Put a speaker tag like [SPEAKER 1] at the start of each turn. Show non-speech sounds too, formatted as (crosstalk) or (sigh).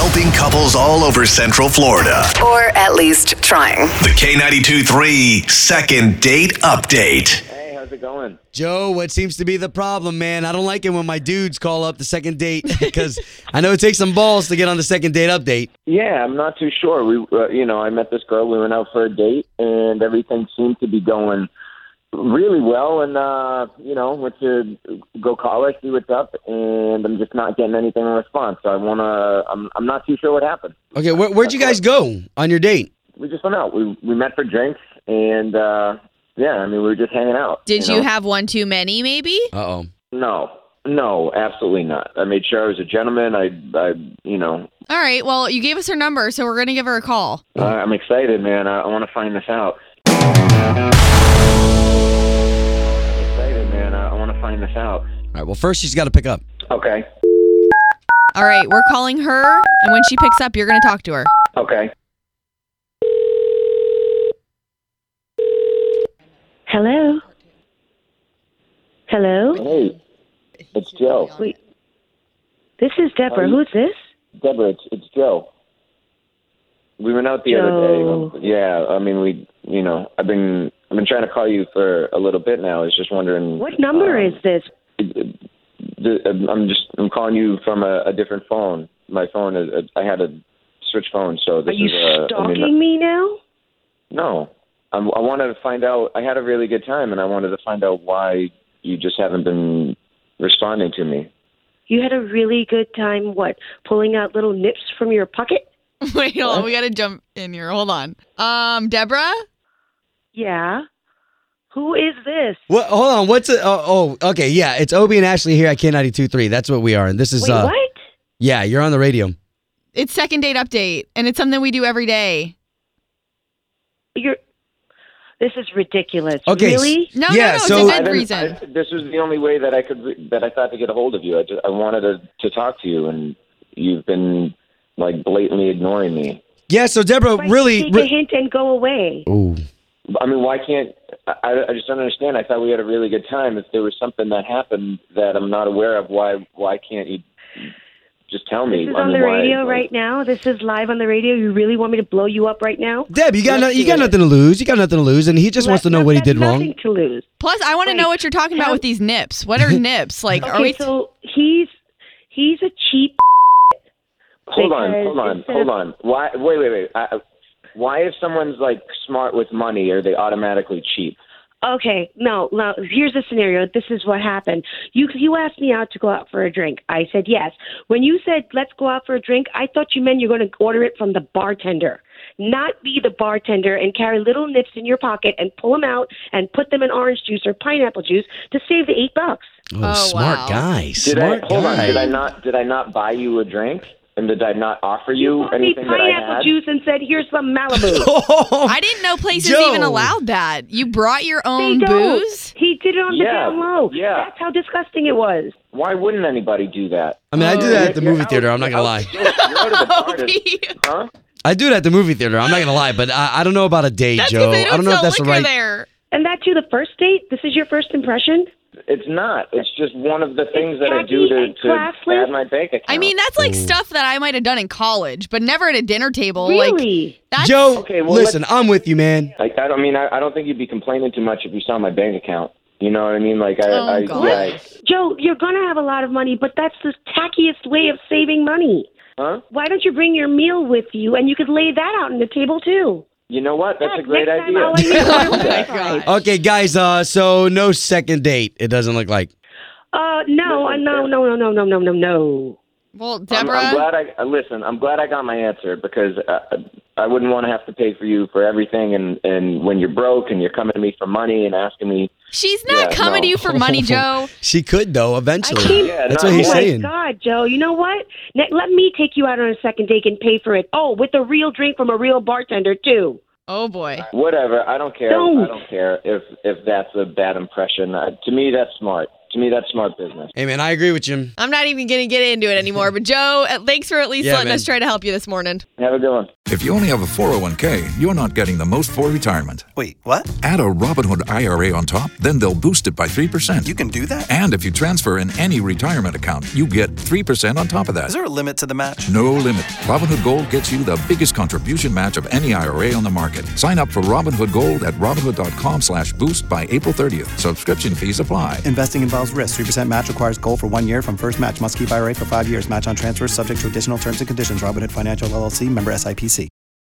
[SPEAKER 1] Helping couples all over Central Florida.
[SPEAKER 2] Or at least trying.
[SPEAKER 1] The K92 3 Second Date Update.
[SPEAKER 3] Hey, how's it going?
[SPEAKER 4] Joe, what seems to be the problem, man? I don't like it when my dudes call up the second date (laughs) because I know it takes some balls to get on the second date update.
[SPEAKER 3] Yeah, I'm not too sure. We, uh, you know, I met this girl. We went out for a date, and everything seemed to be going really well. And uh, you know, went to go call her, see what's up, and I'm just not getting anything in response. So I wanna. I'm, I'm not too sure what happened.
[SPEAKER 4] Okay, where, where'd you guys go on your date?
[SPEAKER 3] We just went out. We we met for drinks, and uh, yeah, I mean, we were just hanging out.
[SPEAKER 5] Did you,
[SPEAKER 3] know?
[SPEAKER 5] have one too many, maybe?
[SPEAKER 4] Uh oh.
[SPEAKER 3] No, no, absolutely not. I made sure I was a gentleman. I, I, you know,
[SPEAKER 5] All right. Well, you gave us her number, so we're going to give her a call.
[SPEAKER 3] uh, I'm excited, man. I, I want to find this out. I'm excited, man. I, I want to find this out.
[SPEAKER 4] All right, well, first she's got to pick up.
[SPEAKER 3] Okay.
[SPEAKER 5] All right. We're calling her, and when she picks up, you're going to talk to her.
[SPEAKER 3] Okay.
[SPEAKER 6] Hello. Hello.
[SPEAKER 3] Hey, it's Joe.
[SPEAKER 6] Wait. This is Deborah.
[SPEAKER 3] Hi.
[SPEAKER 6] Who's this?
[SPEAKER 3] Deborah, it's, it's Joe. We went out the
[SPEAKER 6] Joe.
[SPEAKER 3] other day. Yeah, I mean, we, you know, I've been, I've been trying to call you for a little bit now. I was just wondering.
[SPEAKER 6] What number
[SPEAKER 3] um,
[SPEAKER 6] is this?
[SPEAKER 3] the, I'm- I'm just I'm calling you from a, a different phone. My phone is I had to switch phones, so
[SPEAKER 6] Are
[SPEAKER 3] this
[SPEAKER 6] you
[SPEAKER 3] is a I mean, uh,
[SPEAKER 6] stalking me now?
[SPEAKER 3] no. I'm, I wanted to find out. I had a really good time, and I wanted to find out why you just haven't been responding to me.
[SPEAKER 6] You had a really good time. What? Pulling out little nips from your pocket?
[SPEAKER 5] (laughs) Wait, hold on. We got to jump in here. Hold on. Um, Deborah?
[SPEAKER 6] Yeah. Who is this?
[SPEAKER 4] What? Hold on. What's it? Oh, oh, okay. Yeah, it's Obie and Ashley here at K92.3. That's what we are. And this is,
[SPEAKER 6] Wait,
[SPEAKER 4] uh,
[SPEAKER 6] what?
[SPEAKER 4] yeah, you're on the radio.
[SPEAKER 5] It's second date update, and it's something we do every day.
[SPEAKER 6] You're. This is ridiculous.
[SPEAKER 4] Okay. s-
[SPEAKER 6] Really?
[SPEAKER 5] No, no,
[SPEAKER 4] yeah,
[SPEAKER 5] no, it's
[SPEAKER 4] so
[SPEAKER 5] a
[SPEAKER 3] I
[SPEAKER 5] good
[SPEAKER 3] didn't-
[SPEAKER 5] reason.
[SPEAKER 3] I- this was the only way that I could re- that I thought to get a hold of you. I just I wanted to to talk to you, and you've been like blatantly ignoring me.
[SPEAKER 4] yeah, so Deborah,
[SPEAKER 6] Why
[SPEAKER 4] really.
[SPEAKER 6] Take a
[SPEAKER 4] Re-
[SPEAKER 6] hint and go away.
[SPEAKER 4] Ooh.
[SPEAKER 3] I mean, why can't I? I just don't understand. I thought we had a really good time. If there was something that happened that I'm not aware of, why why can't you just tell me?
[SPEAKER 6] This is
[SPEAKER 3] I
[SPEAKER 6] on
[SPEAKER 3] mean,
[SPEAKER 6] the
[SPEAKER 3] why-
[SPEAKER 6] radio
[SPEAKER 3] why-
[SPEAKER 6] right now. This is live on the radio. You really want me to blow you up right now?
[SPEAKER 4] Deb, you got, no, you got nothing to lose. You got nothing to lose. And he just wants to know
[SPEAKER 6] Not-
[SPEAKER 4] what he
[SPEAKER 6] not-
[SPEAKER 4] did
[SPEAKER 6] nothing
[SPEAKER 4] wrong.
[SPEAKER 6] to lose.
[SPEAKER 5] Plus, I want to
[SPEAKER 6] Wait,
[SPEAKER 5] know what you're talking about
[SPEAKER 6] how-
[SPEAKER 5] with these nips.
[SPEAKER 4] (laughs)
[SPEAKER 5] What are nips? Like, are we.
[SPEAKER 6] Okay, so he's he's a cheap.
[SPEAKER 3] Hold on,
[SPEAKER 6] because
[SPEAKER 3] hold on,
[SPEAKER 6] instead
[SPEAKER 3] hold
[SPEAKER 6] of-
[SPEAKER 3] on. Why? Wait, wait, wait. I, I- why, if someone's like smart with money, are they automatically cheap?
[SPEAKER 6] Okay, no, no. Here's the scenario. This is what happened. You you asked me out to go out for a drink. I said yes. When you said let's go out for a drink, I thought you meant you're going to order it from the bartender, not be the bartender and carry little nips in your pocket and pull them out and put them in orange juice or pineapple juice to save the eight bucks.
[SPEAKER 4] Oh,
[SPEAKER 5] Oh,
[SPEAKER 4] smart
[SPEAKER 5] wow.
[SPEAKER 4] guy.
[SPEAKER 3] Did
[SPEAKER 4] Smart
[SPEAKER 3] I hold
[SPEAKER 4] guy.
[SPEAKER 3] on? Did I not? Did I not buy you a drink? And did I not offer you,
[SPEAKER 6] Bought me
[SPEAKER 3] anything that I
[SPEAKER 6] pineapple
[SPEAKER 3] had?
[SPEAKER 6] juice and said here's some
[SPEAKER 5] (laughs)
[SPEAKER 6] Malibu.
[SPEAKER 5] I didn't know places
[SPEAKER 4] Joe.
[SPEAKER 5] even allowed that. You brought your
[SPEAKER 6] They
[SPEAKER 5] own
[SPEAKER 6] don't.
[SPEAKER 5] booze? (laughs)
[SPEAKER 6] He did it on the
[SPEAKER 3] Yeah,
[SPEAKER 6] down low.
[SPEAKER 3] yeah.
[SPEAKER 6] That's how disgusting it was.
[SPEAKER 3] Why wouldn't anybody do that?
[SPEAKER 4] (laughs) I mean, I do (laughs)
[SPEAKER 5] Oh.
[SPEAKER 4] that at the
[SPEAKER 3] You're
[SPEAKER 4] movie
[SPEAKER 3] out-
[SPEAKER 4] theater. I'm not
[SPEAKER 3] you're
[SPEAKER 4] gonna
[SPEAKER 3] out-
[SPEAKER 4] lie.
[SPEAKER 3] You're out
[SPEAKER 6] (laughs)
[SPEAKER 3] of the party. Huh?
[SPEAKER 4] I do it at the movie theater. I'm not gonna lie, but I, I don't know about a date,
[SPEAKER 5] That's
[SPEAKER 4] Joe.
[SPEAKER 5] because they
[SPEAKER 4] I
[SPEAKER 5] don't
[SPEAKER 4] don't know if
[SPEAKER 5] sell
[SPEAKER 4] that's the
[SPEAKER 5] liquor
[SPEAKER 4] right.
[SPEAKER 5] there.
[SPEAKER 6] And that too, the first date? This is your first impression?
[SPEAKER 3] It's not. It's just one of the things that I do
[SPEAKER 6] tacky
[SPEAKER 3] to,
[SPEAKER 6] and
[SPEAKER 3] to
[SPEAKER 6] classless.
[SPEAKER 3] add my bank account.
[SPEAKER 5] I mean, that's like stuff that I might have done in college, but never at a dinner table. Like
[SPEAKER 6] Really?
[SPEAKER 5] that's
[SPEAKER 4] Joe,
[SPEAKER 3] Okay, well,
[SPEAKER 4] listen, I'm with you, man.
[SPEAKER 3] like I don't I mean I, I don't think you'd be complaining too much if you saw my bank account. You know what I mean? Like I,
[SPEAKER 5] Oh,
[SPEAKER 3] I,
[SPEAKER 5] God.
[SPEAKER 3] yeah,
[SPEAKER 6] Joe, you're going to have a lot of money, but that's the tackiest way of saving money.
[SPEAKER 3] I- huh?
[SPEAKER 6] Why don't you bring your meal with you and you could lay that out on the table too?
[SPEAKER 3] You know what? That's a
[SPEAKER 6] Heck,
[SPEAKER 3] great
[SPEAKER 6] next time
[SPEAKER 3] idea.
[SPEAKER 6] I'll let you know.
[SPEAKER 3] (laughs)
[SPEAKER 5] (laughs) Oh my god.
[SPEAKER 4] Okay, guys. Uh, so no second date. It doesn't look like.
[SPEAKER 6] Uh, no, uh, no, no, no, no, no, no, no, no.
[SPEAKER 5] Well,
[SPEAKER 3] I'm,
[SPEAKER 5] Deborah,
[SPEAKER 3] I'm glad I uh, listen. I'm glad I got my answer because uh, I wouldn't want to have to pay for you for everything. And and when you're broke and you're coming to me for money and asking me,
[SPEAKER 5] She's not
[SPEAKER 3] Yeah,
[SPEAKER 5] coming
[SPEAKER 3] no.
[SPEAKER 5] to you for
[SPEAKER 3] (laughs)
[SPEAKER 5] money, Joe.
[SPEAKER 4] Oh, She could though eventually.
[SPEAKER 6] I can't-
[SPEAKER 3] Yeah,
[SPEAKER 4] That's
[SPEAKER 3] no,
[SPEAKER 4] what he's
[SPEAKER 6] oh
[SPEAKER 4] saying.
[SPEAKER 6] my God, Joe! You know what? Ne- let me take you out on a second date and pay for it. Oh, with a real drink from a real bartender too.
[SPEAKER 5] Oh boy.
[SPEAKER 3] whatever, I don't care.
[SPEAKER 6] Don't.
[SPEAKER 3] I don't care if if that's a bad impression. Uh, to me, that's smart. To me, that's smart business.
[SPEAKER 4] Hey man, I agree with you.
[SPEAKER 5] I'm not even going to get into it anymore. But Joe, uh, thanks for at least
[SPEAKER 4] Yeah,
[SPEAKER 5] letting
[SPEAKER 4] man.
[SPEAKER 5] us try to help you this morning.
[SPEAKER 3] Have a good one.
[SPEAKER 7] If you only have a 401k, you're not getting the most for retirement.
[SPEAKER 8] Wait, what?
[SPEAKER 7] Add a Robinhood IRA on top, then they'll boost it by 3%.
[SPEAKER 8] You can do that?
[SPEAKER 7] and if you transfer in any retirement account, you get 3% on top of that.
[SPEAKER 8] Is there a limit to the match?
[SPEAKER 7] No limit. Robinhood Gold gets you the biggest contribution match of any IRA on the market. Sign up for Robinhood Gold at Robinhood.com slash boost by April 30th. Subscription fees apply.
[SPEAKER 8] Investing involves risk. 3% match requires gold for one year from first match. Must keep IRA for five years. Match on transfers subject to additional terms and conditions. Robinhood Financial LLC member SIPC.